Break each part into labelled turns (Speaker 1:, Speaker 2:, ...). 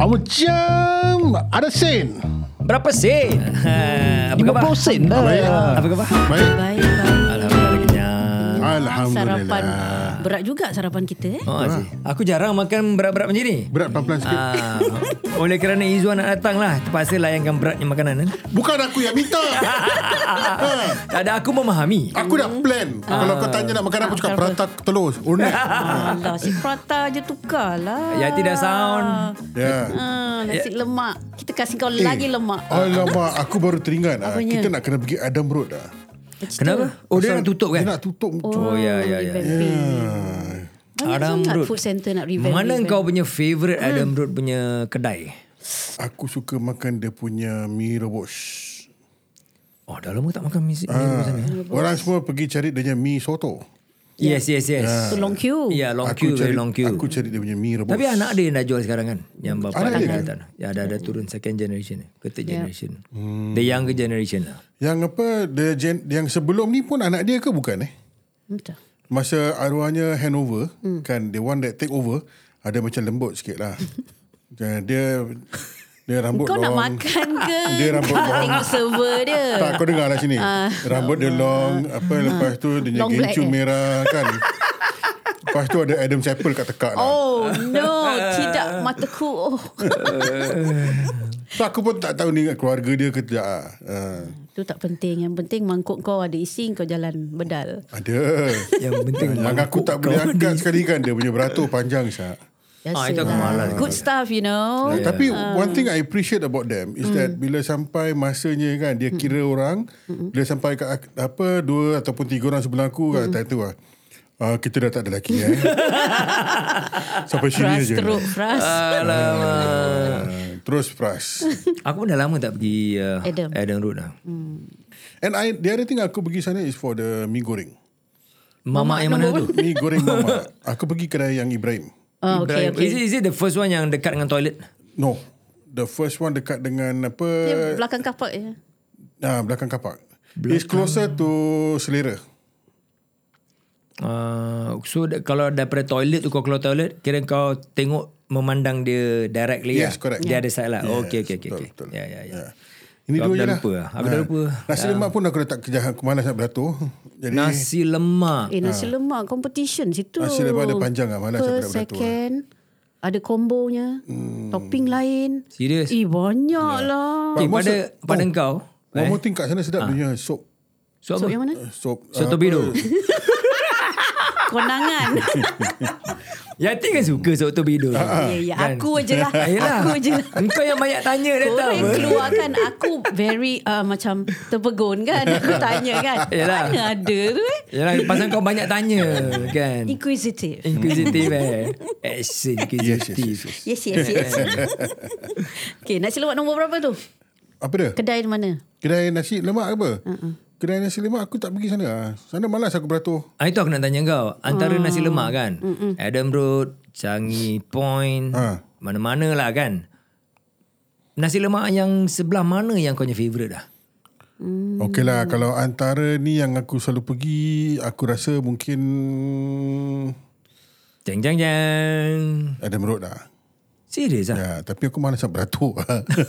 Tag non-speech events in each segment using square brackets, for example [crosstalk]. Speaker 1: Ah, Macam ada sen.
Speaker 2: Berapa sen? Ha, [laughs] apa khabar?
Speaker 3: 50 sen dah.
Speaker 1: Baik.
Speaker 2: Apa khabar?
Speaker 1: Baik.
Speaker 4: Baik, baik.
Speaker 2: Alhamdulillah kenyang.
Speaker 1: Alhamdulillah.
Speaker 4: Sarapan berat juga sarapan kita eh.
Speaker 2: Oh, Aziz. Aku jarang makan berat-berat macam
Speaker 1: [laughs]
Speaker 2: ni.
Speaker 1: Berat pelan-pelan sikit.
Speaker 2: Ah, oleh kerana Izzuan nak datang lah Terpaksa layankan beratnya makanan eh?
Speaker 1: Bukan aku yang minta. ha.
Speaker 2: Tak ada aku memahami
Speaker 1: Aku dah plan. Kalau kau tanya nak makan apa, cakap perantau telur. Unik.
Speaker 4: Alah, si prata je tukarlah.
Speaker 2: Ya, tidak sound.
Speaker 1: Ya.
Speaker 4: Ah, nasi lemak. Kita kasih
Speaker 2: Eh.
Speaker 4: kau lagi lemak.
Speaker 2: Oh.
Speaker 1: Alamak, aku baru teringat. ah.
Speaker 4: Apanya?
Speaker 1: Kita nak kena pergi Adam Road dah.
Speaker 4: Macam
Speaker 2: Kenapa? Oh dia
Speaker 1: Pasal
Speaker 2: nak tutup kan
Speaker 1: Dia nak tutup. Ah.
Speaker 2: Oh, ya ya ya
Speaker 4: Banyak
Speaker 2: Adam
Speaker 4: sangat
Speaker 2: Road.
Speaker 4: food center nak Hmm. revamp.
Speaker 2: Mana
Speaker 4: revamp.
Speaker 2: kau punya favourite Adam Road punya kedai
Speaker 1: Aku suka makan dia punya mie rebus.
Speaker 2: Oh dah lama tak makan mie
Speaker 1: Ah, Orang semua pergi cari dia punya mie soto.
Speaker 2: Yes yes yes
Speaker 4: Tu long queue.
Speaker 2: Ya long
Speaker 1: aku
Speaker 2: queue
Speaker 1: cari,
Speaker 2: Very long queue
Speaker 1: Aku cari dia punya mie rebus.
Speaker 2: Tapi anak dia yang dah jual sekarang kan Yang bapa
Speaker 1: Anak
Speaker 2: dia
Speaker 1: dia
Speaker 2: dah tak nak. Ya dah, dah turun second generation Ke
Speaker 4: Ya.
Speaker 2: third generation
Speaker 1: Hmm.
Speaker 2: The younger generation lah
Speaker 1: Yang apa, dia gen, yang sebelum ni pun anak dia ke bukan eh?
Speaker 4: Entah.
Speaker 1: Masa arwahnya handover, hmm. kan the one that take over, ada macam lembut sikit
Speaker 4: [laughs]
Speaker 1: lah. dia, dia dia rambut
Speaker 4: Kau
Speaker 1: long.
Speaker 4: nak
Speaker 1: [laughs]
Speaker 4: makan
Speaker 2: [laughs]
Speaker 4: ke?
Speaker 1: Dia rambut
Speaker 4: Kau
Speaker 1: long.
Speaker 4: Tengok server dia. Ah.
Speaker 1: Tak, kau dengar lah sini. rambut dia long, apa lepas tu dia punya
Speaker 4: Long black
Speaker 1: gencu
Speaker 4: eh?
Speaker 1: merah
Speaker 4: [laughs]
Speaker 1: kan. lepas tu ada Adam Chapel kat tekak lah.
Speaker 4: Oh no, tidak
Speaker 2: [laughs]
Speaker 4: mataku. Oh.
Speaker 1: So aku pun tak tahu ni keluarga dia ke tidak. ah. Ah,
Speaker 4: Itu tak penting. Yang penting mangkuk kau ada isi kau jalan bedal. [laughs]
Speaker 1: ada.
Speaker 2: Yang [laughs] penting
Speaker 1: Yang aku tak boleh angkat sekali kan Dia punya beratur panjang Syak
Speaker 2: Ah, itu aku malas.
Speaker 4: Good stuff, you know.
Speaker 1: yeah. Eh, Tapi one thing I appreciate about them Is mm. that bila sampai masanya kan Dia kira orang Bila sampai ke ak- apa Dua ataupun tiga orang sebelah aku kan Tak tahu lah Uh, kita dah tak ada lelaki eh. Sampai sini
Speaker 4: Fras
Speaker 1: je
Speaker 4: teruk, fras.
Speaker 2: Uh, Alamak
Speaker 1: Uh, Terus fras
Speaker 2: Aku pun dah lama tak pergi uh, Adam.
Speaker 4: Adam. Hmm.
Speaker 2: Adam Road lah.
Speaker 1: And I, the other thing aku pergi sana Is for the mi goreng
Speaker 2: Mamak yang mana tu?
Speaker 1: Mi goreng mama Aku pergi kedai yang Ibrahim
Speaker 4: Oh,
Speaker 2: Ibrahim.
Speaker 4: okay, okay.
Speaker 2: Is, it, is it the first one yang dekat dengan toilet?
Speaker 1: No The first one dekat dengan apa
Speaker 4: Dia belakang kapak je.
Speaker 1: Ah, belakang kapak. Belakang. It's closer to selera.
Speaker 2: Uh, so da, kalau daripada toilet tu kau keluar toilet, kira kau tengok memandang dia directly
Speaker 1: Yes,
Speaker 2: lah.
Speaker 1: correct.
Speaker 2: Dia ada side lah. Yes, okay, okay, okay.
Speaker 1: betul,
Speaker 2: okay.
Speaker 1: betul.
Speaker 2: Ya, ya, ya.
Speaker 1: Yeah. Ini
Speaker 2: Aku
Speaker 1: dua je
Speaker 2: dah
Speaker 1: lah.
Speaker 2: lupa lah. Aku dah lupa.
Speaker 1: Nasi lemak pun aku letak kerja aku malas nak beratur. Jadi nasi,
Speaker 2: Nasi lemak.
Speaker 4: Eh, nasi
Speaker 2: Ah.
Speaker 4: lemak competition situ.
Speaker 1: nasi lemak ada panjang lah. Hmm. Malas aku
Speaker 4: Per
Speaker 1: nak beratur. lah.
Speaker 4: second. Ada kombonya. Topping lain.
Speaker 2: Serius?
Speaker 4: Eh, banyak lah.
Speaker 1: But
Speaker 2: Okay,
Speaker 1: most
Speaker 2: pada,
Speaker 1: of-
Speaker 2: pada
Speaker 1: oh,
Speaker 2: kau.
Speaker 1: One
Speaker 2: eh?
Speaker 1: more thing kat sana sedap punya sop. eh,
Speaker 2: So,
Speaker 4: So,
Speaker 2: apa?
Speaker 4: yang mana?
Speaker 1: Sop.
Speaker 2: Ha. Sop
Speaker 1: apa-
Speaker 2: torpedo. [laughs]
Speaker 4: Konangan.
Speaker 2: Yati kan suka sop torpedo.
Speaker 1: Ha,
Speaker 4: ya, ya.
Speaker 2: Kan.
Speaker 4: Aku je lah. Aku je lah.
Speaker 2: Engkau yang banyak tanya dia
Speaker 4: Kau
Speaker 2: tahu.
Speaker 4: yang keluarkan aku very uh, macam terpegun
Speaker 2: [laughs]
Speaker 4: kan. Aku tanya kan.
Speaker 2: Yelah.
Speaker 4: Mana ada tu eh.
Speaker 2: Yalah, pasal kau banyak tanya kan.
Speaker 4: Inquisitive.
Speaker 2: Inquisitive eh. Action
Speaker 1: Yes, yes,
Speaker 2: inquisitive.
Speaker 1: yes, yes.
Speaker 4: Yes, yes, yes.
Speaker 2: [laughs]
Speaker 4: okay, nasi lemak nombor berapa tu?
Speaker 1: Apa dia?
Speaker 4: Kedai mana?
Speaker 1: Kedai nasi lemak ke apa? Kedai nasi lemak aku tak pergi sana. Ah, Sana malas aku beratur.
Speaker 2: Ah, itu aku nak tanya kau. Antara
Speaker 4: Hmm.
Speaker 2: nasi lemak kan. Adam Road, Changi Point.
Speaker 1: Ha.
Speaker 2: Mana-mana lah kan. Nasi lemak yang sebelah mana yang kau punya favourite dah?
Speaker 1: Okey lah kalau antara ni yang aku selalu pergi aku rasa mungkin
Speaker 2: Jeng jeng jeng.
Speaker 1: ada merut lah.
Speaker 2: Serius lah.
Speaker 1: Ya, tapi aku malas nak beratur.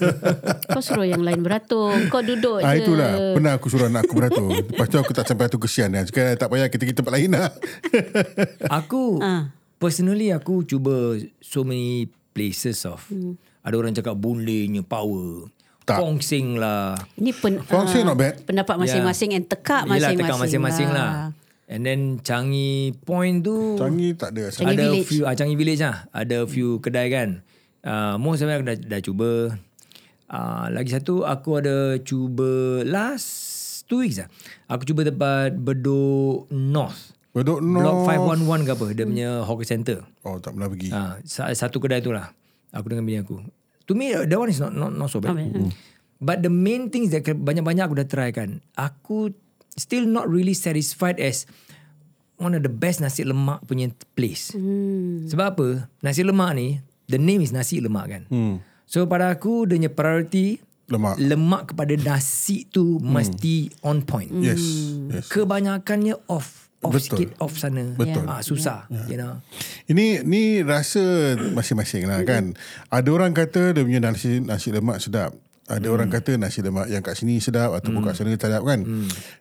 Speaker 1: [laughs]
Speaker 4: Kau suruh yang lain beratur. Kau duduk
Speaker 1: Ah
Speaker 4: je.
Speaker 1: itulah pernah aku suruh anak aku beratur. Lepas tu aku tak sampai tu kesian dah. Sekarang tak payah kita pergi tempat lain lah.
Speaker 2: Aku
Speaker 4: Ah.
Speaker 2: personally aku cuba so many places of.
Speaker 4: Hmm.
Speaker 2: Ada orang cakap Boon Lay punya power.
Speaker 1: Tak.
Speaker 2: Pong Sing lah.
Speaker 4: Ini pen,
Speaker 1: Fong Sing
Speaker 4: ah,
Speaker 1: not bad.
Speaker 4: pendapat masing-masing and
Speaker 2: Ya.
Speaker 4: tekak
Speaker 2: Yelah,
Speaker 4: masing-masing.
Speaker 2: tekan masing-masing lah. And then Changi Point tu.
Speaker 1: Changi tak ada.
Speaker 4: Changi
Speaker 2: ada
Speaker 4: Village.
Speaker 2: few ah, Changi Village lah. Ada few kedai kan. Uh, most of them aku dah, dah cuba. Uh, lagi satu aku ada cuba last two weeks lah. Aku cuba tempat Bedok North.
Speaker 1: Bedok
Speaker 2: Block
Speaker 1: North.
Speaker 2: 511 ke apa. Dia punya hawker center.
Speaker 1: Oh tak pernah pergi.
Speaker 2: Ah, sa- satu kedai tu lah. Aku dengan bini aku. To me, that one is not not, not so bad. Mm. But the main things that ke- banyak-banyak aku dah try kan. Aku still not really satisfied as one of the best nasi lemak punya place. Sebab apa? Nasi lemak ni, the name is nasi lemak kan. So pada aku, dia punya priority
Speaker 1: Mm. Lemak. Mm.
Speaker 2: lemak kepada nasi tu mesti on point.
Speaker 1: Yes. yes.
Speaker 2: Kebanyakannya off.
Speaker 1: Betul.
Speaker 2: off Betul. sikit off sana.
Speaker 1: Betul.
Speaker 2: Ah, susah, yeah. you know.
Speaker 1: Ini ni rasa masing-masing lah kan. Ada orang kata dia punya nasi nasi lemak sedap. Ada orang
Speaker 2: Hmm.
Speaker 1: kata nasi lemak yang kat sini sedap ataupun kat sana tak sedap kan.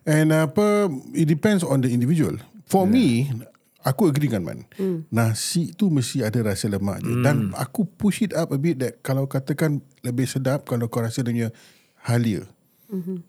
Speaker 1: And apa it depends on the individual. For me aku agree dengan man. Nasi tu mesti ada rasa lemak je. Dan
Speaker 2: Hmm.
Speaker 1: aku push it up a bit that kalau katakan lebih sedap kalau kau rasa dia punya halia.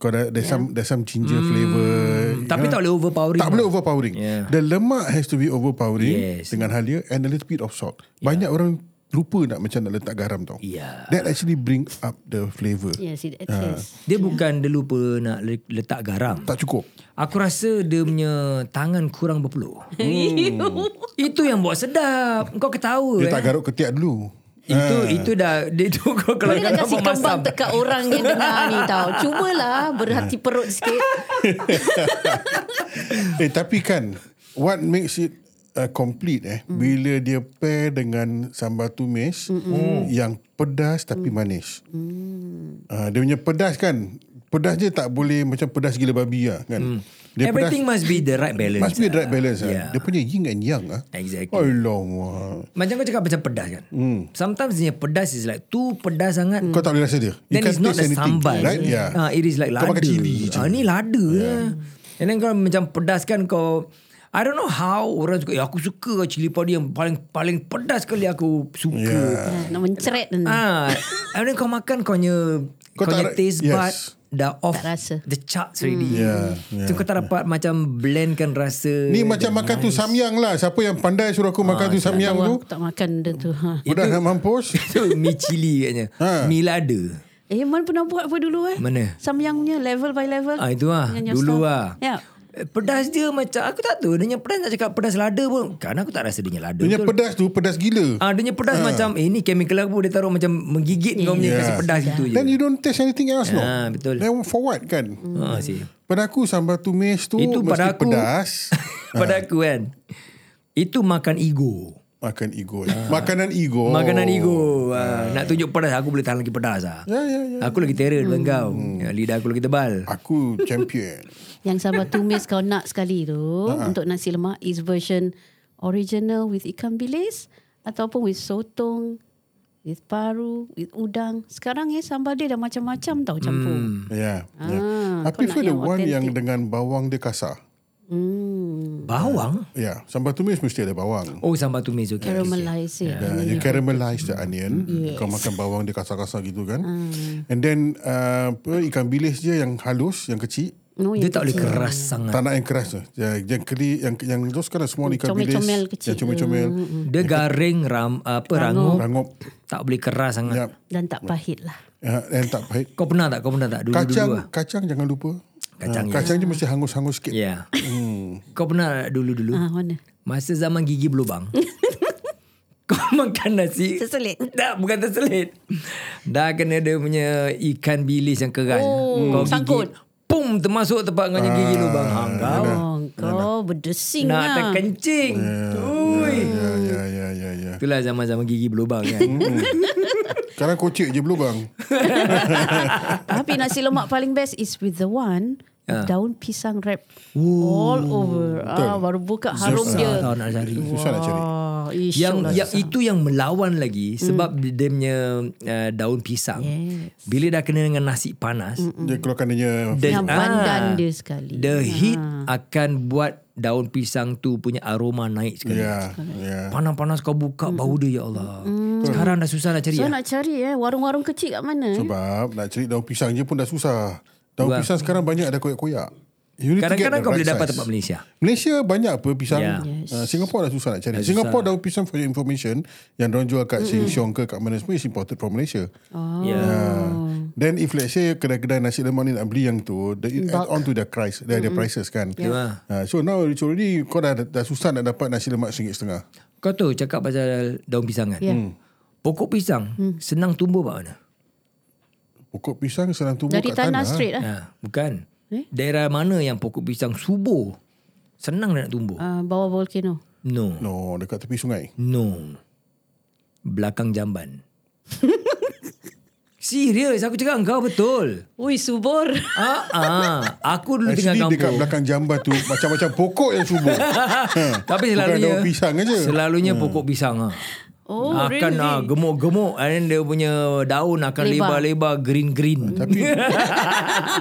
Speaker 1: Kau ada there's some there's some ginger flavour. you
Speaker 2: Hmm. Tapi
Speaker 1: know.
Speaker 2: tak boleh overpowering. lah.
Speaker 1: Tak boleh overpowering.
Speaker 2: Yeah.
Speaker 1: The lemak has to be overpowering
Speaker 2: Yes.
Speaker 1: dengan halia and a little bit of salt. Banyak orang lupa nak macam nak letak garam tau.
Speaker 2: Yeah.
Speaker 1: That actually bring up the flavour.
Speaker 4: Yes, it,
Speaker 1: Ah.
Speaker 4: it is.
Speaker 2: Dia bukan dia lupa nak le- letak garam.
Speaker 1: Tak cukup.
Speaker 2: Aku rasa dia punya tangan kurang
Speaker 4: [laughs]
Speaker 2: berpeluh. Itu yang buat sedap. Kau ketawa
Speaker 1: Dia
Speaker 2: eh.
Speaker 1: tak Ah. garuk ketiak dulu.
Speaker 2: Itu itu dah dia tu kau kalau
Speaker 4: Boleh nak
Speaker 2: kau
Speaker 4: kasi kembang dekat orang yang dengar ni
Speaker 2: [laughs]
Speaker 4: tau. Cubalah berhati perut sikit.
Speaker 1: eh tapi kan what makes it uh, complete eh mm. bila dia pair dengan sambal tumis mm yang pedas tapi manis. Mm. Uh, dia punya pedas kan pedas je tak boleh macam pedas gila babi lah kan. Mm. Dia pedas
Speaker 2: Everything must be the right balance.
Speaker 1: Must be the right
Speaker 2: lah.
Speaker 1: balance. Yeah.
Speaker 2: Yeah.
Speaker 1: Dia punya yin and yang. Ah.
Speaker 2: Exactly.
Speaker 1: Alamak.
Speaker 2: Macam kau cakap macam pedas kan.
Speaker 1: Hmm.
Speaker 2: Sometimes dia pedas is like too pedas sangat.
Speaker 4: Hmm.
Speaker 1: Kau tak boleh rasa dia. You
Speaker 2: Then
Speaker 1: can't
Speaker 2: it's not
Speaker 1: taste
Speaker 2: the
Speaker 1: anything,
Speaker 2: sambal.
Speaker 1: Right? Yeah.
Speaker 2: Ah, it is like
Speaker 1: Kau
Speaker 2: lada.
Speaker 1: pakai cili je.
Speaker 2: Ah, ni lada. Yeah. And then kau macam pedas kan kau I don't know how orang suka. Ya, aku suka cili padi yang paling paling pedas kali aku suka.
Speaker 4: Ah, Nak menceret
Speaker 2: Yeah.
Speaker 4: nanti.
Speaker 2: Ah, and then kau makan kau punya
Speaker 1: Kau
Speaker 2: kau punya
Speaker 1: tak-
Speaker 2: taste
Speaker 1: yes. Hmm.
Speaker 2: bud dah off
Speaker 4: Tak rasa.
Speaker 2: the charts already.
Speaker 1: Yeah, yeah,
Speaker 2: so kau tak dapat macam blendkan rasa.
Speaker 1: Ni macam makan tu samyang lah. Siapa yang pandai suruh aku
Speaker 2: Ah,
Speaker 1: makan tu samyang tu.
Speaker 2: lah.
Speaker 4: Aku tak makan benda tu. Ha.
Speaker 2: Ya.
Speaker 1: Udah nak mampus.
Speaker 2: So mi cili katnya.
Speaker 1: Ha.
Speaker 2: Mi lada.
Speaker 4: Eh, Man pernah buat apa dulu eh?
Speaker 2: Mana?
Speaker 4: Samyang punya level by level.
Speaker 2: Ah itu lah
Speaker 4: Dengan your
Speaker 2: Dulu
Speaker 4: staff.
Speaker 2: lah
Speaker 4: Ya.
Speaker 2: Eh, Pedas dia macam Aku tak tahu Dia punya pedas nak cakap pedas lada pun Karena aku tak rasa dia punya lada
Speaker 1: Dia punya
Speaker 2: betul.
Speaker 1: pedas tu, pedas gila.
Speaker 2: Ah, dia punya pedas macam Eh ni chemical aku Dia taruh macam Menggigit kau punya
Speaker 1: Yeah.
Speaker 2: Kasi pedas gitu je
Speaker 1: Then you don't taste anything else no.
Speaker 2: Ah, betul.
Speaker 1: Then for what kan? [laughs]
Speaker 2: ah, si.
Speaker 1: Pada aku sambal tumis tu
Speaker 2: Itu
Speaker 1: mesti
Speaker 2: pada aku [laughs]
Speaker 1: pedas.
Speaker 2: Pada
Speaker 1: Ah.
Speaker 2: aku kan Itu makan ego
Speaker 1: Makan ego. Makanan ego.
Speaker 2: Ah. Makanan ego ah, Nak tunjuk pedas Aku boleh tahan lagi pedas lah
Speaker 1: Ya, ya, ya.
Speaker 2: Aku lagi terror dengan kau
Speaker 1: Hmm.
Speaker 2: Ya, Lidah aku lagi tebal
Speaker 1: Aku champion.
Speaker 4: Yang sambal tumis kau nak sekali tu
Speaker 2: Ha,
Speaker 4: untuk nasi lemak is version original with ikan bilis ataupun with sotong, with paru, with udang. Sekarang eh sambal dia dah macam-macam
Speaker 2: Hmm.
Speaker 4: tau campur.
Speaker 1: Ya. Yeah, yeah.
Speaker 4: Ah,
Speaker 1: I
Speaker 4: kau nak
Speaker 1: prefer the
Speaker 4: yang
Speaker 1: one yang
Speaker 4: authentic.
Speaker 1: dengan bawang dia kasar.
Speaker 4: Hmm.
Speaker 2: Bawang
Speaker 1: Ya, yeah, sambal tumis mesti ada bawang.
Speaker 2: Oh sambal tumis okay.
Speaker 4: Caramelize it.
Speaker 2: Ya.
Speaker 1: Uh, you caramelize the onion. Yes. Kau makan bawang dia kasar-kasar gitu kan. Mm. And then uh, apa, ikan bilis je yang halus, yang kecil.
Speaker 4: No,
Speaker 2: Dia
Speaker 4: yang
Speaker 2: tak boleh
Speaker 4: kecil.
Speaker 2: keras sangat
Speaker 1: Tak nak yang keras tu. Yang, yang keli, yang yang tu sekarang semua ikan bilis.
Speaker 4: Comel-comel kecil.
Speaker 1: Yang comel-comel.
Speaker 2: Dia garing ram, apa rangup
Speaker 1: Rangup.
Speaker 2: Tak boleh keras sangat
Speaker 1: Yap.
Speaker 4: Dan tak pahit lah.
Speaker 1: Uh, and Ya, tak pahit.
Speaker 2: Kau pernah tak? Kau pernah tak? Dulu-dulu
Speaker 1: Kacang,
Speaker 2: lah.
Speaker 1: kacang jangan lupa.
Speaker 2: Kacang,
Speaker 1: Ah, kacang je mesti hangus-hangus sikit.
Speaker 2: Ya. Yeah.
Speaker 1: Hmm.
Speaker 2: Kau pernah tak dulu-dulu?
Speaker 4: Ah, mana?
Speaker 2: Masa zaman gigi
Speaker 4: [laughs]
Speaker 2: berlubang. kau makan nasi.
Speaker 4: Terselit.
Speaker 2: Tak, bukan terselit. Dah kena dia punya ikan bilis yang keras. Hmm. kau
Speaker 4: Oh,
Speaker 2: gigit,
Speaker 4: sangkut.
Speaker 2: Pum, termasuk tempat kau punya gigi lubang. Ha, kau
Speaker 4: Oh, kau berdesing
Speaker 2: nak
Speaker 4: lah.
Speaker 2: terkencing. Ui.
Speaker 1: Ya, ya, ya, ya, ya.
Speaker 2: Itulah zaman-zaman gigi berlubang
Speaker 4: Hmm,
Speaker 2: kan.
Speaker 1: Sekarang kocik je belubang.
Speaker 4: Tapi nasi lemak paling best is with the one
Speaker 2: Ya.
Speaker 4: with daun pisang wrap all over. Ah, baru buka harum
Speaker 2: Susah
Speaker 4: dia.
Speaker 2: tau nak cari.
Speaker 1: Susah nak cari.
Speaker 4: Ah, ish,
Speaker 2: yang,
Speaker 4: Allah.
Speaker 2: yang itu yang melawan lagi sebab dia punya uh, daun pisang
Speaker 4: Hmm. Yes.
Speaker 2: bila dah kena dengan nasi panas
Speaker 1: Dia keluarkan dia punya-
Speaker 2: the,
Speaker 4: Yang pandan
Speaker 2: ah,
Speaker 4: dia sekali.
Speaker 2: the heat akan buat daun pisang tu punya aroma naik sekali
Speaker 1: Ya, ya.
Speaker 2: panas-panas kau buka bau dia ya Allah sekarang dah susah nak cari ya?
Speaker 4: Hmm. So nak cari eh warung-warung kecil kat mana? eh?
Speaker 1: Sebab nak cari daun pisang je pun dah susah. Daun
Speaker 2: Sebab-
Speaker 1: pisang sekarang banyak ada koyak-koyak. You need to get
Speaker 2: kadang-kadang
Speaker 1: the
Speaker 2: kau
Speaker 1: right
Speaker 2: boleh dapat
Speaker 1: size.
Speaker 2: tempat Malaysia
Speaker 1: Malaysia banyak apa pisang.
Speaker 2: Ya.
Speaker 1: Yes. Uh, Singapore dah susah nak cari. Singapore daun pisang for your information yang diorang jual kat Sheng Siong ke kat mana semua is imported from Malaysia.
Speaker 2: oh. yeah.
Speaker 1: Uh, then if let's say kedai-kedai nasi lemak ni nak beli yang tu, they add on to their price, their, their prices kan.
Speaker 2: Yeah.
Speaker 1: Uh, so now it's already kau dah, dah susah nak dapat nasi lemak RM1.50.
Speaker 2: kau tu cakap pasal daun pisang kan
Speaker 4: Yeah.
Speaker 1: Hmm.
Speaker 2: pokok pisang
Speaker 4: Hmm.
Speaker 2: senang tumbuh kat
Speaker 4: Eh.
Speaker 2: mana
Speaker 1: Pokok pisang senang tumbuh
Speaker 4: Dari
Speaker 1: kat
Speaker 4: tanah
Speaker 1: tanah.
Speaker 4: straight lah.
Speaker 2: ha, bukan
Speaker 4: Eh?
Speaker 2: daerah mana yang pokok pisang subur senang dia nak tumbuh
Speaker 4: Ah, bawah volcano.
Speaker 2: no
Speaker 1: No, dekat tepi sungai.
Speaker 4: [laughs]
Speaker 2: No. Belakang jamban. Serius aku cakap kau betul.
Speaker 4: Ui, subur.
Speaker 2: Ah, ah. Aku dulu
Speaker 1: Actually
Speaker 2: tengah
Speaker 1: dekat
Speaker 2: kampung.
Speaker 1: belakang jamban tu macam-macam pokok yang subur. ha. Bukan
Speaker 2: Tapi selalunya
Speaker 1: daun pisang aja.
Speaker 2: Selalunya hmm. pokok pisang ah.
Speaker 4: Oh,
Speaker 2: akan
Speaker 4: really?
Speaker 2: ah, gemuk-gemuk and then dia punya daun akan
Speaker 4: Lebar.
Speaker 2: lebar-lebar green-green.
Speaker 1: Tapi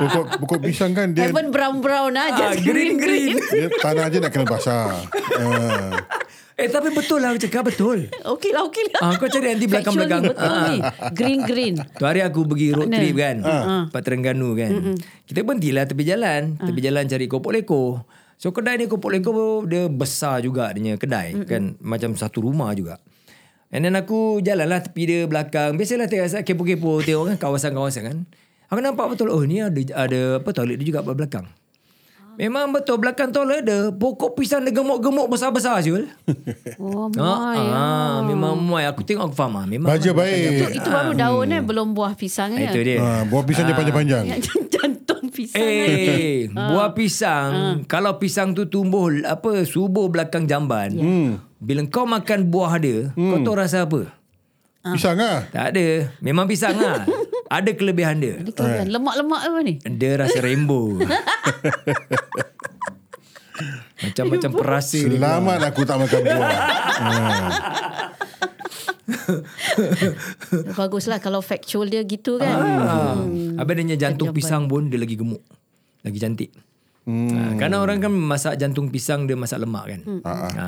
Speaker 1: pokok, pokok pisang kan dia,
Speaker 4: Even brown-brown
Speaker 2: [laughs]
Speaker 4: lah.
Speaker 2: Ah,
Speaker 4: Just
Speaker 2: green-green.
Speaker 4: green-green.
Speaker 1: dia tanah je nak kena basah. Ha.
Speaker 2: eh tapi betul lah aku cakap betul.
Speaker 4: Okey lah, okey lah.
Speaker 2: Ah, kau cari nanti belakang-belakang.
Speaker 4: Factually betul
Speaker 2: Ah.
Speaker 4: ni. Green-green.
Speaker 2: Tu hari aku pergi road
Speaker 4: Mana?
Speaker 2: trip kan. Empat Terengganu kan. Kita berhentilah tepi jalan. Tepi jalan cari kopok leko. So kedai ni kopok leko dia besar juga dia punya kedai kan. Macam satu rumah juga. And then aku jalan lah tepi dia belakang. Biasalah tengok asal kepo-kepo tengok kan kawasan-kawasan kan. Aku nampak betul oh ni ada ada apa toilet dia juga kat belakang. Memang betul belakang toilet ada pokok pisang dia gemuk-gemuk besar-besar Syul.
Speaker 4: Oh,
Speaker 2: Ha, ah, memang muai aku tengok aku faham ah. Memang
Speaker 1: Baja
Speaker 4: Itu,
Speaker 1: baik.
Speaker 4: itu baru daun eh, belum buah pisang
Speaker 2: Ah,
Speaker 4: eh.
Speaker 2: itu dia.
Speaker 1: Ha, buah pisang dia panjang-panjang.
Speaker 4: [laughs] Jantung pisang.
Speaker 2: Eh, buah pisang. Kalau pisang tu tumbuh apa subur belakang jamban. Bila kau makan buah dia, kau tahu rasa apa?
Speaker 1: Pisang ah.
Speaker 2: Tak ada. Memang pisang [laughs] lah. ada kelebihan dia.
Speaker 4: Ni kan lemak-lemak apa ni?
Speaker 2: Dia rasa [laughs] rainbow. Macam-macam perasa dia.
Speaker 1: Selamat aku tak makan buah.
Speaker 4: Baguslah kalau factual dia gitu kan.
Speaker 2: Ah. Habis dia punya jantung pisang pun dia lagi gemuk. Lagi cantik. Hmm. Ha, karena orang kan masak jantung pisang dia masak lemak kan. Hmm. Ha.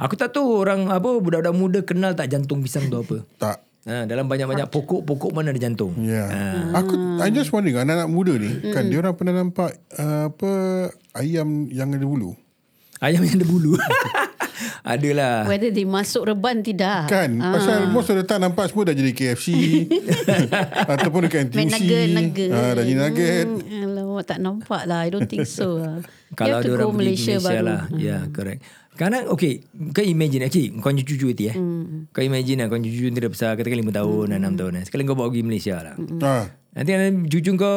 Speaker 2: Aku tak tahu orang apa budak-budak muda kenal tak jantung pisang tu apa.
Speaker 1: Tak.
Speaker 2: Ha, dalam banyak-banyak pokok-pokok mana ada jantung.
Speaker 1: Ya. Aku I just wondering anak-anak muda ni kan dia orang pernah nampak uh, apa ayam yang ada bulu.
Speaker 2: Ayam yang ada bulu. [laughs] Adalah.
Speaker 4: Whether dia masuk reban tidak. Ah,
Speaker 1: Kan Pasal most of the time Nampak semua dah jadi KFC Ataupun dekat NTUC
Speaker 4: McNugget, nugget.
Speaker 1: Ah, Dah jadi nugget
Speaker 4: Hmm, alamak, tak nampak lah. I don't think so lah.
Speaker 2: Kan?
Speaker 4: You
Speaker 2: Kalau
Speaker 4: have
Speaker 2: ada
Speaker 4: to
Speaker 2: orang
Speaker 4: go Hmm.
Speaker 2: pergi Malaysia, Malaysia lah. Ya, yeah, correct. Kadang, okay, kau imagine, actually, kau cucu cucu nanti eh.
Speaker 4: Hmm.
Speaker 2: Mm. Kau imagine lah, kau cucu nanti dah besar, katakan 5 tahun, mm. 6 tahun. Eh. Sekali kau bawa pergi Malaysia lah.
Speaker 4: Hmm.
Speaker 2: Mm.
Speaker 1: ha.
Speaker 2: Nanti ada cucu kau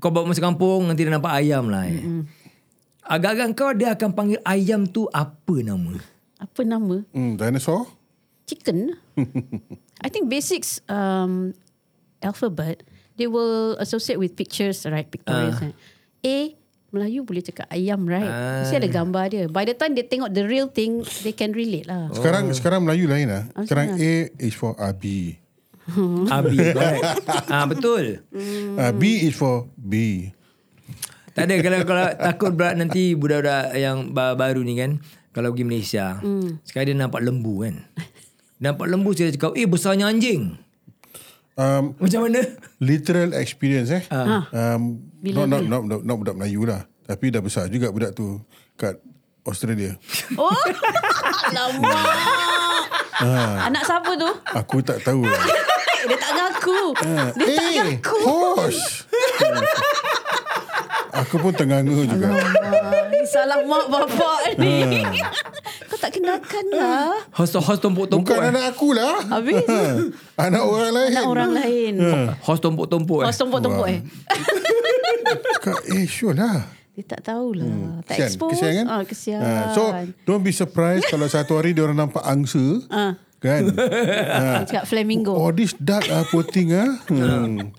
Speaker 2: kau bawa masuk kampung nanti dia nampak ayam lah. Eh.
Speaker 4: Hmm.
Speaker 2: Agak-agak kau dia akan panggil ayam tu apa nama?
Speaker 4: Apa nama?
Speaker 1: hmm, Dinosaur [laughs]
Speaker 4: Chicken. I think basics um, alphabet, they will associate with pictures, right? Pictorials.
Speaker 1: Ah.
Speaker 4: Uh. A, Melayu boleh cakap ayam, right? Uh. Mesti
Speaker 1: Ah.
Speaker 4: ada gambar dia. By the time they tengok the real thing, they can relate lah.
Speaker 1: [laughs] Sekarang sekarang Melayu lain lah
Speaker 4: Oh,
Speaker 1: Sekarang A is for ah, Abi
Speaker 4: Hmm.
Speaker 2: Abi.
Speaker 4: [laughs]
Speaker 2: correct. ah betul.
Speaker 1: Ah, B is for B
Speaker 2: Tak ada kalau kalau takut pula nanti budak-budak yang ba- baru ni kan kalau pergi Malaysia mm. sekali dia nampak lembu kan. Nampak lembu dia cakap, "Eh besarnya anjing."
Speaker 1: um,
Speaker 2: Macam mana?
Speaker 1: Literal experience eh
Speaker 4: Ah.
Speaker 1: um, not, not, not, not, not budak Melayu lah Tapi dah besar juga budak tu Kat Australia
Speaker 4: Oh, alamak.
Speaker 1: Ah.
Speaker 4: Anak siapa tu? Eh,
Speaker 1: Aku tak tahu lah
Speaker 4: Dia tak ngaku.
Speaker 1: Ah,
Speaker 4: [laughs] Dia tak
Speaker 1: eh,
Speaker 4: ngaku.
Speaker 1: Horse Aku pun ternganga juga
Speaker 4: Ah, Ni salah mak bapak ni.
Speaker 1: Ah.
Speaker 4: Kau tak kenalkan lah.
Speaker 2: Host
Speaker 1: Bukan
Speaker 2: host tumpuk-tumpuk. eh.
Speaker 1: anak aku lah.
Speaker 4: Habis?
Speaker 1: Ha. [laughs] Anak orang lain.
Speaker 4: Anak orang lain.
Speaker 1: Ah.
Speaker 2: Host tumpuk-tumpuk. eh.
Speaker 4: Kau tumpuk-tumpuk eh.
Speaker 1: Cakap, eh, sure lah.
Speaker 4: Dia tak tahulah. Hmm. Tak
Speaker 1: Kesian.
Speaker 4: expose.
Speaker 1: Kesian kan?
Speaker 4: Ah, kesian.
Speaker 1: Ha, so, don't be surprised kalau satu hari dia orang nampak angsa.
Speaker 4: Ah.
Speaker 1: Kan?
Speaker 4: Dia cakap flamingo.
Speaker 1: Oh, this duck ah, poting ah. Hmm.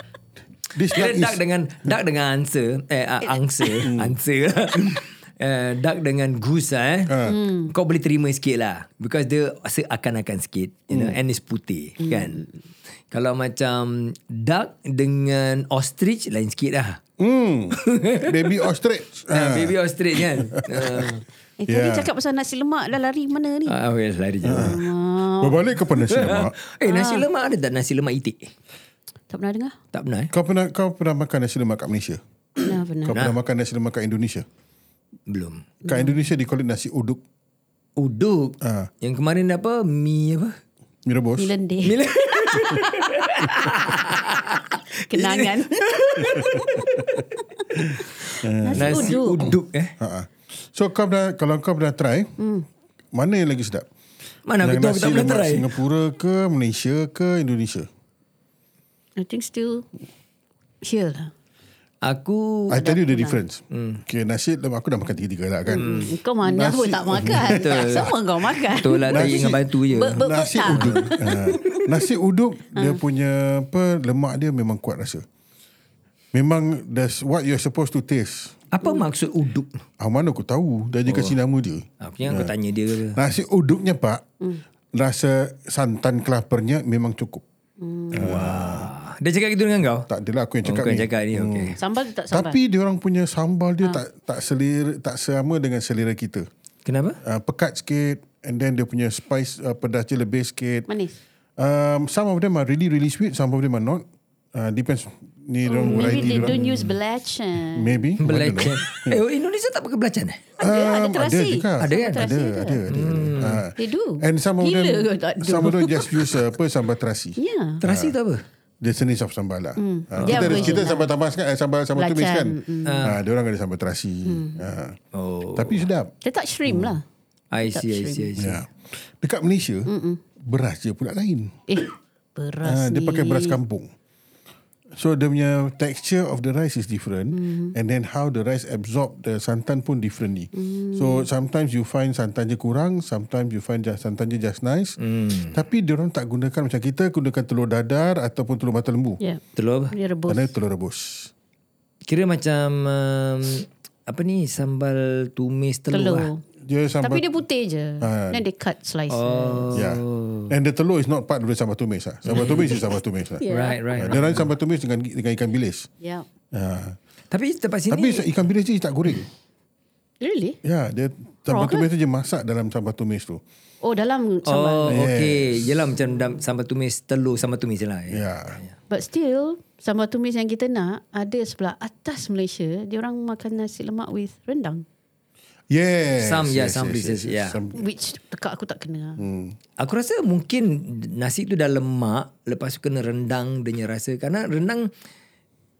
Speaker 1: This duck
Speaker 2: Kira
Speaker 1: is...
Speaker 2: duck dengan duck dengan answer eh uh, angsa [laughs] answer Uh, duck dengan goose lah, eh. Kau boleh terima sikit lah Because dia Seakan-akan sikit You know And it's putih Kan Kalau macam Duck dengan ostrich Lain sikit lah
Speaker 1: Hmm. Baby ostrich.
Speaker 2: uh,
Speaker 1: Ha.
Speaker 2: Baby ostrich kan uh,
Speaker 4: Eh, tadi
Speaker 1: Yeah.
Speaker 4: cakap pasal nasi lemak. Dah lari mana ni?
Speaker 2: uh, well, lari je
Speaker 1: Ah.
Speaker 4: Ah.
Speaker 1: Berbalik kepada nasi
Speaker 2: [laughs]
Speaker 1: lemak.
Speaker 2: Eh
Speaker 1: Ah.
Speaker 2: nasi lemak ada tak Nasi lemak itik
Speaker 4: Tak pernah dengar?
Speaker 2: Tak pernah eh
Speaker 1: Kau pernah kau pernah makan nasi lemak kat Malaysia?
Speaker 4: Pernah, pernah.
Speaker 1: Kau pernah makan nasi lemak kat Indonesia?
Speaker 2: Belum
Speaker 1: Kat Indonesia dia call it nasi uduk.
Speaker 2: Uduk
Speaker 1: Ah.
Speaker 2: Yang kemarin apa Mi apa
Speaker 1: Mie rebus.
Speaker 4: Milan Day.
Speaker 2: Milan.
Speaker 4: [laughs] Kenangan.
Speaker 1: [laughs] Ah.
Speaker 4: nasi,
Speaker 2: Nasi
Speaker 4: uduk.
Speaker 2: uduk eh
Speaker 1: Ha. So kau pernah kalau kau pernah try, hmm. mana yang lagi sedap?
Speaker 2: Mana
Speaker 1: Yang
Speaker 2: aku tahu aku
Speaker 1: nasi
Speaker 2: tak pernah
Speaker 1: lemak
Speaker 2: try
Speaker 1: Singapura ke Malaysia ke Indonesia?
Speaker 4: I think still here lah.
Speaker 2: Aku
Speaker 1: I tell you the difference.
Speaker 2: Hmm.
Speaker 1: Okay, nasi lemak aku dah makan tiga-tiga lah kan.
Speaker 4: Kau mana
Speaker 1: Nasi-
Speaker 4: pun tak makan.
Speaker 2: Betul.
Speaker 4: Semua kau makan.
Speaker 2: Betul lah Tak
Speaker 1: Nasi-
Speaker 2: ingat bantu je
Speaker 4: Ber- ber-
Speaker 1: Eh, Nasi
Speaker 4: Berpetang.
Speaker 1: uduk. Ah. nasi uduk dia punya apa lemak dia memang kuat rasa. Memang that's what you're supposed to taste.
Speaker 2: Apa maksud uduk
Speaker 1: Ah, mana aku tahu
Speaker 2: Oh.
Speaker 1: Dah dia kasi nama dia.
Speaker 2: Aku jangan
Speaker 1: Ah.
Speaker 2: kau tanya dia ke
Speaker 1: Nasi uduknya pak rasa santan kelapernya memang cukup.
Speaker 2: Wah Ah, Dia cakap gitu dengan kau
Speaker 1: Tak adalah aku yang cakap
Speaker 2: Oh, Bukan
Speaker 1: ni. Hmm.
Speaker 2: cakap ni okay.
Speaker 4: Sambal tu tak sambal.
Speaker 1: Tapi dia orang punya sambal dia tak tak selera tak sama dengan selera kita.
Speaker 2: Kenapa?
Speaker 1: Uh, pekat sikit and then dia punya spice uh, pedas dia lebih sikit.
Speaker 4: Manis.
Speaker 1: Um, some of them are really really sweet, some of them are not. Uh, depends ni orang
Speaker 4: Hmm, Maybe
Speaker 1: variety
Speaker 4: they
Speaker 1: orang.
Speaker 4: don't use belacan.
Speaker 1: Maybe. I don't know.
Speaker 2: Belacan Eh oh, Indonesia tak pakai belacan eh?
Speaker 4: Ada, ada
Speaker 1: Um, ada
Speaker 4: terasi.
Speaker 1: juga.
Speaker 2: Ada kan?
Speaker 1: Ada,
Speaker 4: Terasi
Speaker 1: ada, ada. ada. Ah.
Speaker 4: They do.
Speaker 1: And some of
Speaker 4: Gila
Speaker 1: them,
Speaker 4: ke tak do?
Speaker 1: some of them just use uh, apa sambal terasi.
Speaker 4: Ya.
Speaker 1: Ah.
Speaker 2: Terasi tu apa?
Speaker 1: Dia jenis of sambal lah. Ah,
Speaker 4: Hmm.
Speaker 1: kita
Speaker 4: Dia
Speaker 1: ada,
Speaker 4: version
Speaker 1: kita
Speaker 4: lah.
Speaker 1: sambal tambah kan, eh, sambal sambal tumis
Speaker 4: Belacan, hmm.
Speaker 1: kan. Ah, dia orang ada sambal terasi. Ah.
Speaker 2: Oh.
Speaker 1: Tapi sedap.
Speaker 4: Dia tak shrimp
Speaker 1: Hmm.
Speaker 4: lah.
Speaker 2: I see I see, I see.
Speaker 1: Ya. Dekat Malaysia, Mm-mm. beras dia pula lain.
Speaker 4: Eh, beras
Speaker 1: Ah, dia
Speaker 4: ni.
Speaker 1: pakai beras kampung. So dia punya texture of the rice is different mm-hmm. and then how the rice absorb the santan pun differently. Mm. So sometimes you find santan je kurang, sometimes you find just, santan je just nice. Mm. Tapi dia orang tak gunakan macam kita gunakan telur dadar ataupun telur mata lembu.
Speaker 4: Ya.
Speaker 2: Telur apa?
Speaker 4: Dia rebus.
Speaker 1: Ada telur rebus.
Speaker 2: Kira macam um, Apa ni Sambal tumis telur, telur. Lah.
Speaker 4: Telur.
Speaker 1: Dia
Speaker 4: Tapi
Speaker 1: sambal
Speaker 4: dia putih je. Then they cut slices.
Speaker 2: Oh.
Speaker 1: yeah. And the telur is not part of the sambal tumis lah. Sambal tumis is sambal tumis lah.
Speaker 4: [laughs] Yeah.
Speaker 2: Right right,
Speaker 1: Ah,
Speaker 2: right.
Speaker 1: Dia orang sambal tumis dengan dengan ikan bilis.
Speaker 4: Yeah.
Speaker 1: Ah.
Speaker 2: Tapi tempat sini
Speaker 1: Tapi ikan bilis je tak goreng.
Speaker 4: Really?
Speaker 1: Ya, dia sambal
Speaker 4: Raw
Speaker 1: tumis tu je masak dalam sambal tumis tu.
Speaker 4: Oh, dalam sambal.
Speaker 2: Oh okay Yelah macam dam- Sambal tumis telur Sambal tumis je lah yeah.
Speaker 1: Ya.
Speaker 4: But still, sambal tumis yang kita nak, ada sebelah atas Malaysia, dia orang makan nasi lemak with rendang.
Speaker 1: Yes.
Speaker 2: Some, yeah,
Speaker 1: yes, yes,
Speaker 2: some places,
Speaker 1: yes, yes.
Speaker 2: yeah.
Speaker 1: Some,
Speaker 4: Which tekak aku tak kena. Hmm.
Speaker 2: Aku rasa mungkin Nasi tu dah lemak Lepas tu kena rendang Dia punya rasa Karena rendang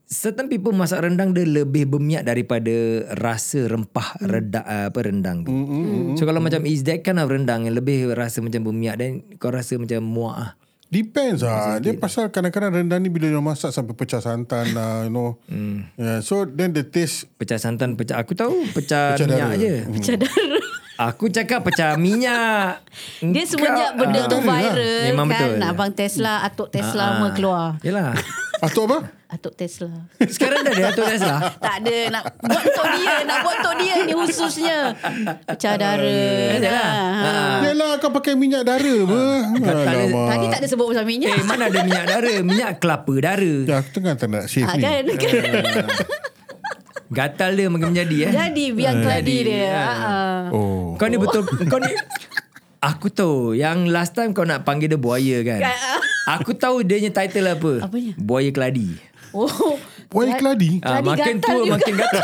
Speaker 2: Certain people masak rendang Dia lebih berminyak Daripada Rasa rempah reda, apa Rendang tu mm-hmm. So kalau macam Is that kind of rendang Yang lebih rasa macam berminyak Then kau rasa macam muak ah.
Speaker 1: Depends lah. Dia pasal kadang-kadang rendang ni bila dia masak sampai pecah santan lah, you know. Mm. Yeah, so then the taste
Speaker 2: Pecah santan pecah Aku tahu Pecah, pecah minyak
Speaker 1: darah.
Speaker 2: je Pecah darah Aku cakap pecah minyak
Speaker 4: Dia
Speaker 2: Engkau-
Speaker 4: semenjak benda tu
Speaker 1: betul lah.
Speaker 4: viral
Speaker 2: Memang
Speaker 4: kan.
Speaker 2: betul.
Speaker 4: Abang Tesla, Atuk Tesla
Speaker 2: Ah.
Speaker 4: semua keluar.
Speaker 2: Yelah
Speaker 1: atau ah, apa?
Speaker 4: Atuk Tesla.
Speaker 2: Sekarang dah ada Atuk Tesla
Speaker 4: tak ada nak buat untuk dia, nak buat untuk dia ni khususnya. Pecah darah.
Speaker 2: Yalah.
Speaker 4: Ha.
Speaker 2: Ah.
Speaker 1: Uh. Yalah kau pakai minyak dara apa? Alamak.
Speaker 4: Tadi tak ada sebut pasal minyak.
Speaker 2: Eh mana ada minyak dara Minyak kelapa dara
Speaker 1: Ya, aku tengah tak nak save ni.
Speaker 4: Ah, kan?
Speaker 2: Gatal dia makin menjadi eh.
Speaker 4: Jadi biar keladi
Speaker 2: Jadi,
Speaker 4: dia.
Speaker 2: ah.
Speaker 4: Ha.
Speaker 1: Oh.
Speaker 2: Kau ni betul Kau ni Aku tahu Yang last time kau nak panggil dia buaya kan Aku tahu dia punya title apa
Speaker 4: Ya, Apanya?
Speaker 2: Buaya Keladi
Speaker 4: Oh.
Speaker 1: Why keladi?
Speaker 2: Ah,
Speaker 4: Keladi
Speaker 2: Makin
Speaker 4: gatal
Speaker 2: tua
Speaker 4: juga.
Speaker 2: makin
Speaker 4: [laughs]
Speaker 2: gatal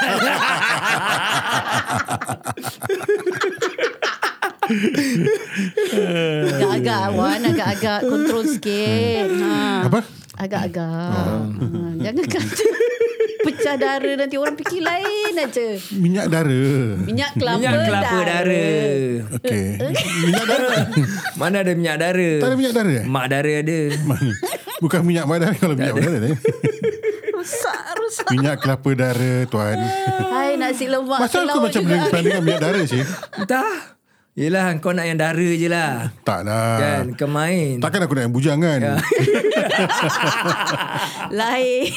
Speaker 4: Agak-agak
Speaker 2: Eh.
Speaker 4: Wan Agak-agak
Speaker 2: [laughs]
Speaker 4: Kontrol sikit ha.
Speaker 2: Hmm.
Speaker 1: Apa?
Speaker 4: Agak-agak
Speaker 2: Ah.
Speaker 4: ha. Jangan kata [laughs] Pecah darah Nanti orang fikir lain aja
Speaker 1: Minyak dara.
Speaker 4: Minyak kelapa
Speaker 2: Minyak kelapa dara
Speaker 1: Okay. minyak dara.
Speaker 2: Mana ada minyak dara
Speaker 1: Tak ada minyak dara eh?
Speaker 2: Mak dara ada
Speaker 1: [laughs] Bukan minyak mak dara [laughs] kalau minyak mak dara. eh.
Speaker 4: [laughs] Rusak Rusak
Speaker 1: Minyak kelapa dara tuan.
Speaker 4: Hai nasi lemak
Speaker 1: Masa aku
Speaker 4: kelawar
Speaker 1: macam
Speaker 4: juga.
Speaker 1: dengan minyak dara sih?
Speaker 2: Entah Yelah kau nak yang dara je lah
Speaker 1: Tak lah.
Speaker 2: Kan Ya, kau main
Speaker 1: Takkan aku nak yang bujang kan? [laughs]
Speaker 4: Lain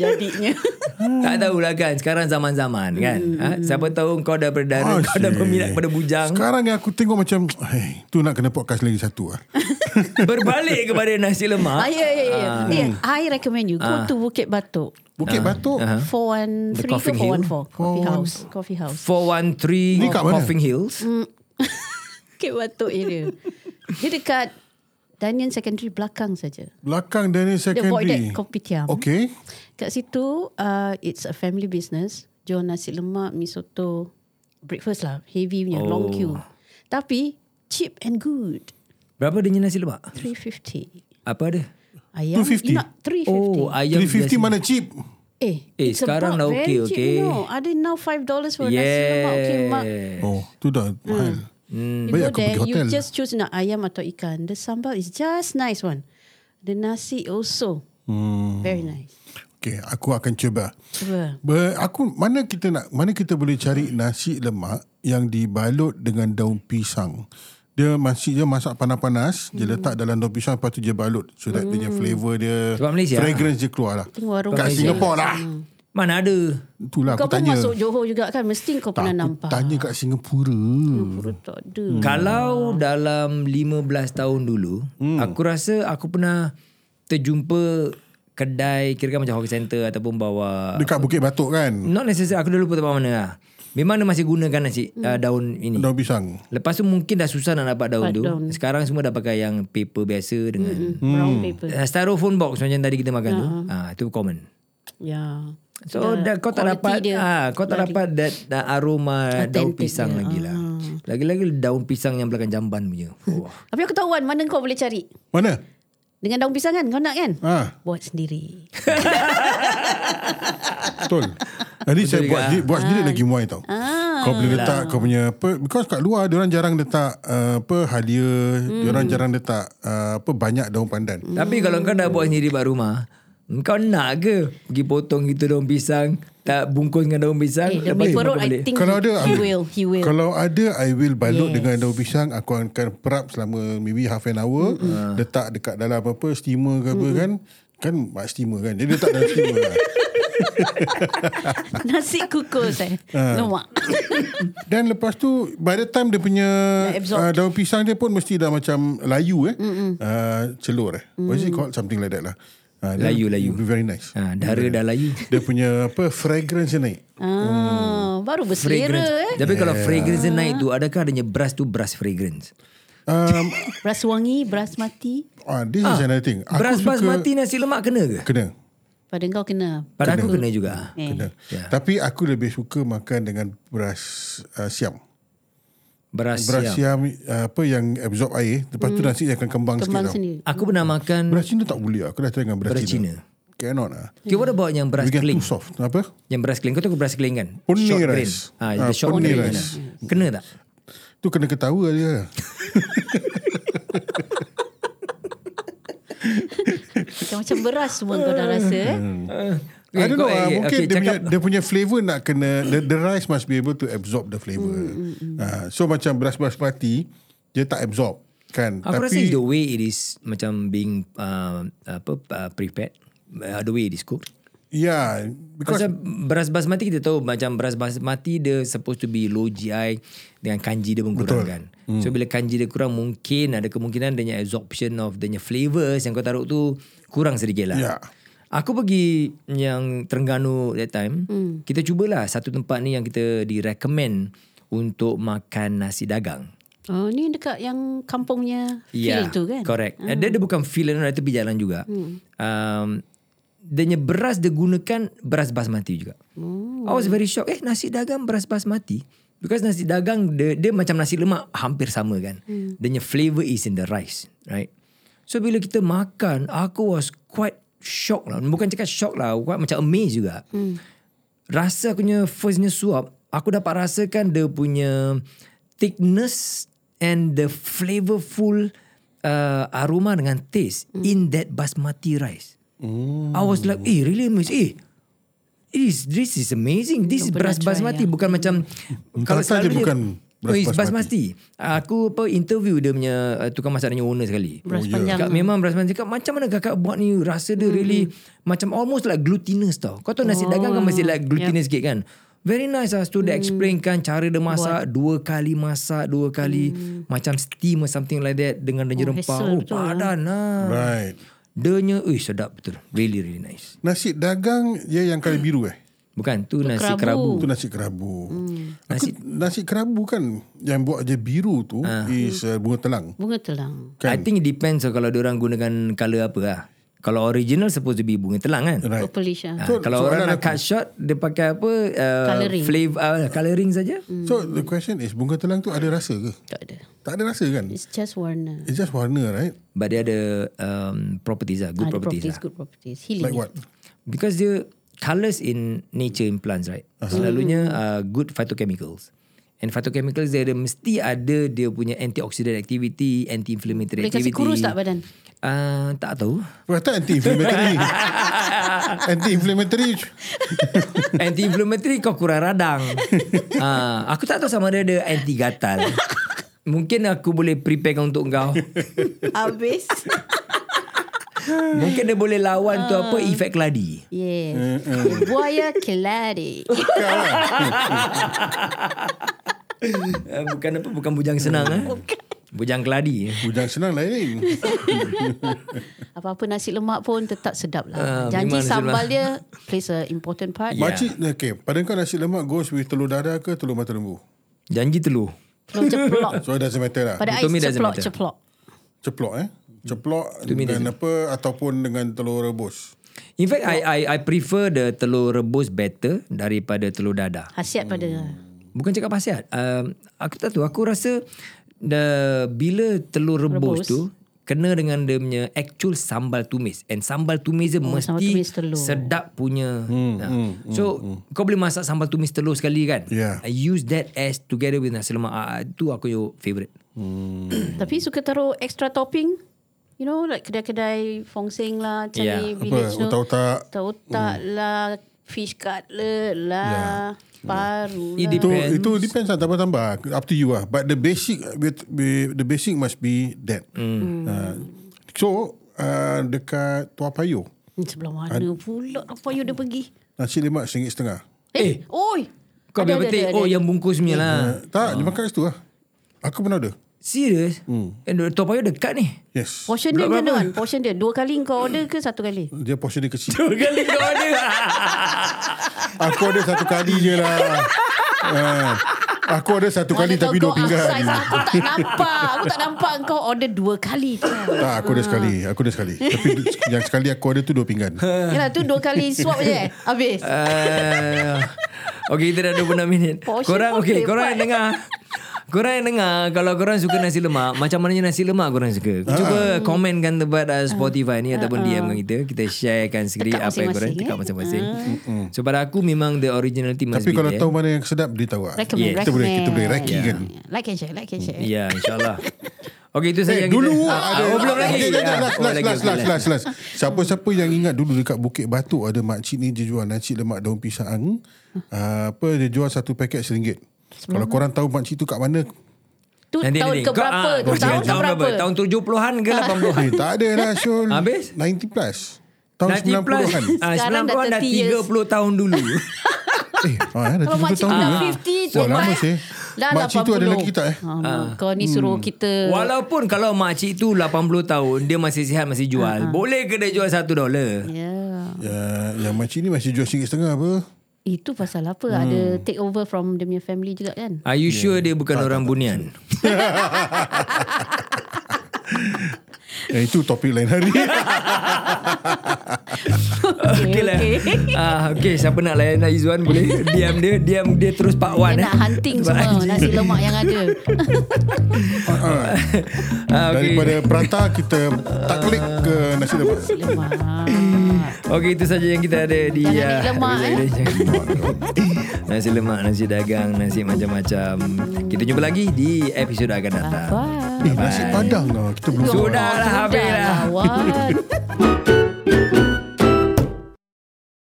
Speaker 4: Jadinya
Speaker 2: Tak tahulah kan Sekarang zaman-zaman kan ha? Siapa tahu kau dah berdara
Speaker 1: Hmm.
Speaker 2: Kau dah
Speaker 1: Asyik.
Speaker 2: berminat pada bujang
Speaker 1: Sekarang yang aku tengok macam hey, Tu nak kena podcast lagi satu lah
Speaker 2: [laughs] Berbalik kepada nasi
Speaker 4: ah,
Speaker 2: lemak
Speaker 4: Ya ya ya Eh, I recommend you Go to Bukit Batok
Speaker 1: Bukit Batok
Speaker 4: uh
Speaker 2: Ah.
Speaker 4: 413
Speaker 2: Uh-huh. The
Speaker 4: ke
Speaker 2: Coffin Hill.
Speaker 4: 414 Coffee
Speaker 1: Oh.
Speaker 4: House Coffee House
Speaker 2: 413
Speaker 1: Ni kat mana?
Speaker 2: Coffing Hills
Speaker 4: Hmm. Bukit Batok area Dia dekat Daniel Secondary belakang saja
Speaker 1: Belakang Daniel
Speaker 4: The Voided
Speaker 1: Secondary
Speaker 4: Kopitiam
Speaker 1: Okay
Speaker 2: Ya,
Speaker 4: Kat situ uh, It's a family business Jual nasi lemak Mi soto Breakfast lah Heavy punya oh. Long queue Tapi Cheap and good
Speaker 2: Berapa dia punya nasi lemak?
Speaker 4: 350
Speaker 2: Apa ada?
Speaker 4: Ayam
Speaker 1: 250?
Speaker 4: Inak 350
Speaker 2: Oh ayam
Speaker 1: 350
Speaker 2: biasa.
Speaker 1: mana cheap
Speaker 4: Eh,
Speaker 2: Eh,
Speaker 4: it's
Speaker 2: sekarang
Speaker 4: about
Speaker 2: dah okey,
Speaker 4: very cheap,
Speaker 2: okey.
Speaker 4: You know. Ada now $5 for yeah. Oh, nasi lemak. Okay, mak.
Speaker 2: Yeah
Speaker 1: Oh tu dah mahal
Speaker 2: Hmm.
Speaker 4: You
Speaker 1: Baik
Speaker 4: go
Speaker 1: aku
Speaker 4: there,
Speaker 1: pergi
Speaker 4: Hmm. you
Speaker 1: hotel
Speaker 4: just choose nak ayam atau ikan. The
Speaker 1: Hmm.
Speaker 4: sambal is just nice one. The nasi also. Very nice.
Speaker 1: okay, aku akan cuba.
Speaker 4: Cuba.
Speaker 1: Ber, aku mana kita nak mana kita boleh cari nasi lemak yang dibalut dengan daun pisang. Dia masih dia masak panas-panas, dia
Speaker 4: Hmm.
Speaker 1: letak dalam daun pisang lepas tu dia balut. So that dia punya flavour dia
Speaker 2: Sebab Malaysia.
Speaker 1: fragrance dia keluar lah.
Speaker 4: Tengok warung
Speaker 1: Kat
Speaker 4: Malaysia.
Speaker 1: Singapore lah.
Speaker 2: Mana ada?
Speaker 1: Itulah
Speaker 4: Kau
Speaker 1: aku
Speaker 4: pun
Speaker 1: tanya.
Speaker 4: masuk Johor juga kan Mesti kau pernah
Speaker 1: Aku
Speaker 4: nampak Hmm.
Speaker 1: tanya kat Singapura.
Speaker 4: Perut tak ada
Speaker 2: Hmm. Kalau dalam 15 tahun dulu, aku rasa aku pernah terjumpa kedai kira macam hawker center ataupun bawa
Speaker 1: Dekat Bukit Batok kan.
Speaker 2: not necessary aku dah lupa tempat mana lah. Memang dia masih gunakan nasi
Speaker 4: Hmm.
Speaker 2: uh, daun ini.
Speaker 1: Daun pisang.
Speaker 2: Lepas tu mungkin dah susah nak dapat daun
Speaker 4: Dapat
Speaker 2: tu.
Speaker 4: daun. Hmm,
Speaker 2: Sekarang semua dah pakai yang paper biasa dengan
Speaker 1: Hmm.
Speaker 4: Brown paper
Speaker 2: uh, styrofoam box macam tadi kita makan
Speaker 4: Ha,
Speaker 2: tu. Ah itu common.
Speaker 4: Ya
Speaker 2: So dah, kau tak dapat
Speaker 4: quality Ah. dia
Speaker 2: ah kau tak dapat that, that aroma daun pisang lagi lah. Lagi-lagi daun pisang yang belakang jamban punya. Wah.
Speaker 4: Tapi aku tahu Wan Mana kau boleh cari
Speaker 1: Mana?
Speaker 4: Dengan daun pisang kan Kau nak kan
Speaker 1: Ah,
Speaker 4: Buat sendiri
Speaker 1: betul. Jadi saya buat sendiri, buat sendiri
Speaker 4: Ah.
Speaker 1: lagi muai tau. Kau boleh letak kau punya apa because kat luar dia orang jarang letak uh, apa halia,
Speaker 4: Hmm.
Speaker 1: dia orang jarang letak uh, apa banyak daun pandan.
Speaker 2: Tapi kalau kau dah
Speaker 4: Hmm.
Speaker 2: buat sendiri kat rumah, kau nak ke pergi potong gitu daun pisang, tak bungkus dengan daun
Speaker 1: Kan
Speaker 2: pisang,
Speaker 4: Eh, demi
Speaker 2: tu
Speaker 4: perut
Speaker 2: makan
Speaker 4: I
Speaker 2: balik.
Speaker 4: think
Speaker 1: Kalau ada
Speaker 4: He
Speaker 1: ambil.
Speaker 4: will He will
Speaker 1: Kalau ada I will balut yes. dengan daun pisang Aku akan perap selama Maybe half an hour mm-hmm. Letak dekat dalam apa Steamer ke apa mm-hmm. kan Kan mak steamer kan Dia letak dalam steamer lah.
Speaker 4: [laughs] Nasi kukus eh
Speaker 1: Ah.
Speaker 4: Lemak
Speaker 1: Dan lepas tu By the time dia punya
Speaker 4: Dah absorb.
Speaker 1: uh, Daun pisang dia pun Mesti dah macam Layu eh uh, Celur eh What is it called Something like that lah uh, then
Speaker 2: Layu,
Speaker 1: it
Speaker 2: layu.
Speaker 1: will be very nice
Speaker 2: Ha, dara dah
Speaker 4: [laughs]
Speaker 2: layu.
Speaker 1: Dia punya apa Fragrance dia naik
Speaker 4: ah,
Speaker 1: Hmm.
Speaker 4: Baru
Speaker 2: Fragrance.
Speaker 4: berselera eh
Speaker 2: Tapi kalau fragrance dia naik tu, adakah adanya beras tu beras fragrance?
Speaker 1: um,
Speaker 4: Beras wangi Beras mati
Speaker 1: ah, This is another thing Aku
Speaker 2: beras
Speaker 1: suka
Speaker 2: basmati nasi lemak kena ke?
Speaker 1: Kena
Speaker 4: Pada kau kena
Speaker 2: Pada aku kena juga.
Speaker 4: eh.
Speaker 1: Kena.
Speaker 2: Ya.
Speaker 1: Yeah. Tapi aku lebih suka makan dengan beras uh, siam.
Speaker 2: Beras,
Speaker 1: Beras
Speaker 2: siam.
Speaker 1: siam, uh, apa yang absorb air, lepas tu nasi dia akan kembang, sikit.
Speaker 4: Kembang
Speaker 1: Tau.
Speaker 4: sendiri
Speaker 2: Aku pernah makan
Speaker 1: Beras Cina tak boleh. lah. Aku dah try dengan beras,
Speaker 2: beras
Speaker 1: Cina.
Speaker 2: Cina.
Speaker 1: Cannot lah.
Speaker 2: Okay, what about yang beras
Speaker 1: We get
Speaker 2: keling?
Speaker 1: too soft. Apa?
Speaker 2: Yang beras keling. Kau tahu beras keling kan?
Speaker 1: Poni
Speaker 2: Short grain.
Speaker 1: rice.
Speaker 2: Ah,
Speaker 1: Ah,
Speaker 2: the short
Speaker 1: poni
Speaker 2: grain.
Speaker 1: rice. Eh,
Speaker 2: kan? Kena tak?
Speaker 1: Tu kena ketawa je.
Speaker 4: Macam beras semua kau dah rasa eh
Speaker 2: Hmm.
Speaker 1: I don't know.
Speaker 2: kau- eh,
Speaker 1: ah,
Speaker 2: okay,
Speaker 1: mungkin dia,
Speaker 2: okay,
Speaker 1: punya,
Speaker 2: cakap-
Speaker 1: dia punya flavour nak kena, the, the rice must be able to absorb the flavour.
Speaker 2: Mm,
Speaker 1: Ah, so macam beras basmati, dia tak absorb. Kan?
Speaker 2: Aku rasa the way it is macam being uh, apa uh, prepared, uh, the way it is cooked.
Speaker 1: yeah, Ya, because
Speaker 2: Pasal beras basmati kita tahu macam beras basmati dia supposed to be low GI dengan kanji dia pun kurang kan. Hmm. So bila kanji dia kurang mungkin ada kemungkinan dia punya absorption of dia punya flavours yang kau taruh tu kurang sedikit lah.
Speaker 1: Ya.
Speaker 2: Aku pergi yang Terengganu that time, hmm. kita cubalah satu tempat ni yang kita di-recommend untuk makan nasi dagang.
Speaker 4: Oh, ni dekat yang kampungnya feel tu
Speaker 2: Ya,
Speaker 4: kan?
Speaker 2: Correct. Hmm. Dia, dia bukan feel dia tepi jalan juga. Hmm. Um, dia punya beras dia gunakan beras basmati juga. Hmm. I was very shocked. Eh nasi dagang beras basmati? Because nasi dagang dia, dia macam nasi lemak hampir sama kan. Hmm. Dia punya flavour is in the rice. Right? So bila kita makan, aku was quite shocked lah. Bukan cakap shocked lah. Quite macam amazed juga. Hmm. Rasa aku punya first punya suap, aku dapat rasakan dia punya thickness and the flavourful uh, aroma dengan taste mm. in that basmati rice. Mm. I was like, eh really amazed. Eh, it is, this is amazing. This is
Speaker 4: Belum pernah
Speaker 2: beras
Speaker 4: try, ya.
Speaker 2: basmati. Bukan macam...
Speaker 1: Entah-entah dia Hmm. bukan beras
Speaker 2: Oh, it's
Speaker 1: basmati.
Speaker 2: basmati. Aku apa interview dia punya uh, tukang masak dia punya owner sekali.
Speaker 4: Beras
Speaker 1: Oh, ya.
Speaker 4: panjang.
Speaker 2: Kak memang beras manis cakap macam mana kakak buat ni rasa dia really macam almost like glutinous tau. Kau tahu nasi oh. dagang kan masih like glutinous sikit kan. Very nice lah tu dia explain kan cara dia masak dua kali masak dua kali macam steam or something like that dengan dia Mm. oh,
Speaker 4: Oh,
Speaker 2: rempah.
Speaker 4: hassle
Speaker 2: Oh
Speaker 4: betul
Speaker 2: padan lah.
Speaker 1: Right.
Speaker 2: Dia nya eh sedap betul. Really really nice.
Speaker 1: Nasi dagang dia yang kali biru eh?
Speaker 2: Bukan tu nasi
Speaker 4: kerabu.
Speaker 2: kerabu.
Speaker 1: Tu nasi kerabu.
Speaker 2: Mm.
Speaker 1: Hmm. Aku, nasi, nasi kerabu kan yang buat je biru tu
Speaker 2: Ah.
Speaker 1: is uh, bunga telang.
Speaker 4: Bunga telang.
Speaker 1: Kan.
Speaker 2: I think it depends lah kalau dia orang gunakan color apa lah. Kalau original supposed to be bunga telang kan.
Speaker 1: Right.
Speaker 4: Purplish lah.
Speaker 2: Ha,
Speaker 1: So,
Speaker 2: kalau
Speaker 1: soalan
Speaker 2: orang nak
Speaker 1: aku-
Speaker 2: cut short dia pakai apa uh,
Speaker 4: Colouring.
Speaker 2: flavor uh, coloring saja.
Speaker 1: So the question is bunga telang tu ada rasa ke?
Speaker 4: Tak ada.
Speaker 1: Tak ada rasa kan?
Speaker 4: It's just warna.
Speaker 1: It's just warna right?
Speaker 2: But dia ada um, properties lah, good
Speaker 4: Ada
Speaker 2: properties,
Speaker 4: Ah, properties,
Speaker 2: lah.
Speaker 4: good properties. Healing.
Speaker 1: Like what?
Speaker 2: Because dia colours in nature in plants right. Selalunya uh, good phytochemicals. And phytochemicals dia ada mesti ada dia punya antioxidant activity, anti-inflammatory
Speaker 4: Boleh
Speaker 2: activity.
Speaker 4: kasi kurus tak badan?
Speaker 2: Ah Uh, tak
Speaker 4: [laughs]
Speaker 2: tahu.
Speaker 1: Wah, tak anti-inflammatory. anti-inflammatory.
Speaker 2: Anti-inflammatory kau kurang
Speaker 4: [laughs]
Speaker 2: radang. uh, aku tak tahu sama ada ada anti-gatal. Mungkin aku boleh prepare kau untuk kau.
Speaker 4: [laughs] Habis.
Speaker 2: Mungkin dia boleh lawan tu
Speaker 4: Ah.
Speaker 2: apa efek keladi. Hmm,
Speaker 4: Yes. Buaya keladi.
Speaker 1: lah.
Speaker 2: Uh, bukan apa bukan bujang senang eh. Bujang keladi.
Speaker 1: Bujang senang lain.
Speaker 4: Apa-apa nasi lemak pun tetap sedap
Speaker 2: Ah,
Speaker 4: lah. Janji
Speaker 2: memang nasi Ya.
Speaker 4: sambal dia plays a important part.
Speaker 2: Yeah.
Speaker 1: Makcik, okay. Pada kau nasi lemak goes with telur dadah ke telur mata lembu?
Speaker 2: Janji telur.
Speaker 4: Telur ceplok.
Speaker 2: [laughs]
Speaker 1: So it doesn't matter lah.
Speaker 4: Pada
Speaker 2: To
Speaker 4: ais
Speaker 2: me doesn't matter.
Speaker 4: ceplok-ceplok.
Speaker 1: Ceplok eh? Ceplok dengan apa ataupun dengan telur rebus.
Speaker 2: In fact, I, I I prefer the telur rebus better daripada telur dadah.
Speaker 4: Hasiat pada
Speaker 2: Bukan cakap pasiat. Um, aku tak tahu. Aku rasa the, bila telur rebus, rebus
Speaker 4: Rebus.
Speaker 2: tu kena dengan dia punya actual sambal tumis and sambal tumis dia oh,
Speaker 4: sambal
Speaker 2: mesti
Speaker 4: tumis telur.
Speaker 2: sedap punya hmm, hmm, so kau boleh masak sambal tumis telur sekali kan
Speaker 1: Yeah.
Speaker 2: I use that as together with nasi lemak Ah, tu aku your favourite
Speaker 4: Tapi suka taruh extra topping. You know, like kedai-kedai fongsing lah, cari
Speaker 2: Yeah.
Speaker 1: Ya, Apa, Hmm.
Speaker 4: village tu.
Speaker 1: otak-otak.
Speaker 4: Otak-otak lah, fish cutlet lah,
Speaker 1: Ya.
Speaker 4: paru
Speaker 2: It
Speaker 4: lah.
Speaker 1: Itu
Speaker 2: Depends.
Speaker 1: itu depends lah tambah-tambah up to you lah but the basic with- be- the basic must be that. Mm. Uh, so uh, dekat Tua Payoh
Speaker 4: Hmm, Sebelah mana pula apa you dia pergi?
Speaker 1: nasi lemak RM1.50.
Speaker 4: Eh, oi.
Speaker 2: kau
Speaker 4: Ada,
Speaker 2: biar
Speaker 4: ada,
Speaker 2: betul
Speaker 4: ada,
Speaker 2: oh
Speaker 4: ada.
Speaker 1: ya.
Speaker 2: yang bungkus punya lah
Speaker 1: Uh, tak, dia makan kat situ lah. Aku pernah ada.
Speaker 2: serious hmm. Toa Payoh dekat ni
Speaker 1: Yes.
Speaker 4: Portion dia macam mana? Portion dia dua kali kau order ke satu kali?
Speaker 1: Dia portion dia kecil.
Speaker 2: dua kali kau ada [laughs]
Speaker 1: aku ada satu kali je lah. Uh, aku ada satu kali
Speaker 4: Mana
Speaker 1: tapi
Speaker 4: tahu
Speaker 1: dua
Speaker 4: kau
Speaker 1: pinggan.
Speaker 4: upsize, Aku
Speaker 1: [laughs]
Speaker 4: tak nampak. Aku tak nampak kau order dua kali.
Speaker 1: Tak, aku
Speaker 4: Ah.
Speaker 1: ada sekali. Aku ada sekali. Tapi yang sekali aku ada tu dua pinggan.
Speaker 4: Yalah tu dua kali swap je. eh. Habis.
Speaker 2: Uh, okay kita dah 26 minit
Speaker 4: Portion
Speaker 2: Korang
Speaker 4: pun
Speaker 2: okay
Speaker 4: boleh
Speaker 2: Korang
Speaker 4: buat.
Speaker 2: yang dengar Korang yang dengar Kalau korang suka nasi lemak Macam mananya nasi lemak korang suka Cuba
Speaker 1: Ah.
Speaker 2: komenkan tempat uh, Spotify ni Ataupun DM kan kita Kita sharekan sendiri
Speaker 4: Tekak
Speaker 2: Apa yang korang Tekak
Speaker 4: Ah, masing-masing, eh.
Speaker 2: masing-masing So pada aku memang The originality must
Speaker 1: Tapi
Speaker 2: be
Speaker 1: kalau
Speaker 2: there
Speaker 1: tahu mana yang sedap, dia tahu lah.
Speaker 4: Recommend,
Speaker 2: Yeah.
Speaker 1: Kita boleh, kita boleh reki
Speaker 4: recommend.
Speaker 1: kan.
Speaker 4: Like and share, like and share.
Speaker 2: Ya yeah, insyaAllah Okay itu saja
Speaker 1: Eh,
Speaker 2: yang
Speaker 1: dulu
Speaker 2: kita,
Speaker 1: ah, ada
Speaker 2: Ah, Oh belum lagi
Speaker 1: Eh, jangan,
Speaker 2: Ah,
Speaker 1: last,
Speaker 2: oh,
Speaker 1: last,
Speaker 2: lagi,
Speaker 1: last,
Speaker 2: okay,
Speaker 1: last, last, last. Siapa-siapa yang ingat dulu dekat Bukit Batu ada makcik ni dia jual nasi lemak daun pisang. Ah, apa dia jual satu paket RM1. Kalau korang tahu makcik tu kat mana?
Speaker 4: Tu
Speaker 2: Nanti,
Speaker 4: tahun
Speaker 2: nanti.
Speaker 4: ke
Speaker 2: Kau,
Speaker 4: berapa?
Speaker 2: ah,
Speaker 4: Tu
Speaker 2: kau
Speaker 4: tahun
Speaker 2: cakap
Speaker 4: ke berapa?
Speaker 2: Tahun 70-an ke 80-an
Speaker 1: Eh, tak ada lah Syul.
Speaker 2: Habis?
Speaker 1: 90 plus. Tahun kan?
Speaker 2: 90 plus
Speaker 1: 90-an.
Speaker 2: ah,
Speaker 4: Sekarang dah
Speaker 2: 90-an dah
Speaker 4: 30 years.
Speaker 2: 30 tahun
Speaker 4: [laughs]
Speaker 2: dulu
Speaker 1: eh, ah, dah
Speaker 4: Kalau
Speaker 1: 30
Speaker 4: makcik
Speaker 1: tahun
Speaker 4: dah
Speaker 1: dulu.
Speaker 4: 50,
Speaker 1: Wah, lama sih.
Speaker 4: tuan. kan? eh. Dah
Speaker 1: Makcik tu ada
Speaker 4: 80.
Speaker 1: lagi kita eh.
Speaker 4: Ah, Kau ni
Speaker 2: Hmm.
Speaker 4: suruh kita
Speaker 2: Walaupun kalau makcik tu 80 tahun, dia masih sihat, masih
Speaker 4: Ha,
Speaker 2: jual. Boleh ke dia jual $1? dolar?
Speaker 4: Ya.
Speaker 1: Ya, yang makcik ni masih jual RM1.5 apa?
Speaker 4: Itu pasal apa?
Speaker 2: Hmm.
Speaker 4: Ada take over from dia punya family juga kan?
Speaker 2: Are you sure dia bukan orang
Speaker 4: [laughs]
Speaker 2: bunian?
Speaker 1: Eh, itu topik lain hari.
Speaker 2: Okay lah. Ah, okay, siapa nak layan Izzuan
Speaker 4: [laughs]
Speaker 2: boleh DM dia. DM dia terus eh. Pak Wan.
Speaker 4: Dia nak
Speaker 2: [laughs]
Speaker 4: hunting semua nasi lemak yang ada.
Speaker 2: [laughs] Ah, okay.
Speaker 1: Daripada Prata, kita tak klik ke nasi lemak.
Speaker 2: [laughs]
Speaker 4: lemak.
Speaker 2: okay, itu saja yang kita ada di...
Speaker 4: Jangan
Speaker 2: ah,
Speaker 4: ambil lemak,
Speaker 2: episode
Speaker 4: eh.
Speaker 2: ini. Jangan lemak. [laughs] nasi lemak, nasi dagang, nasi macam-macam. Kita jumpa lagi di episod akan datang.
Speaker 4: Bye.
Speaker 1: Eh, nasi padang lah. Kita belum
Speaker 2: Sudahlah, habislah.
Speaker 4: Wan.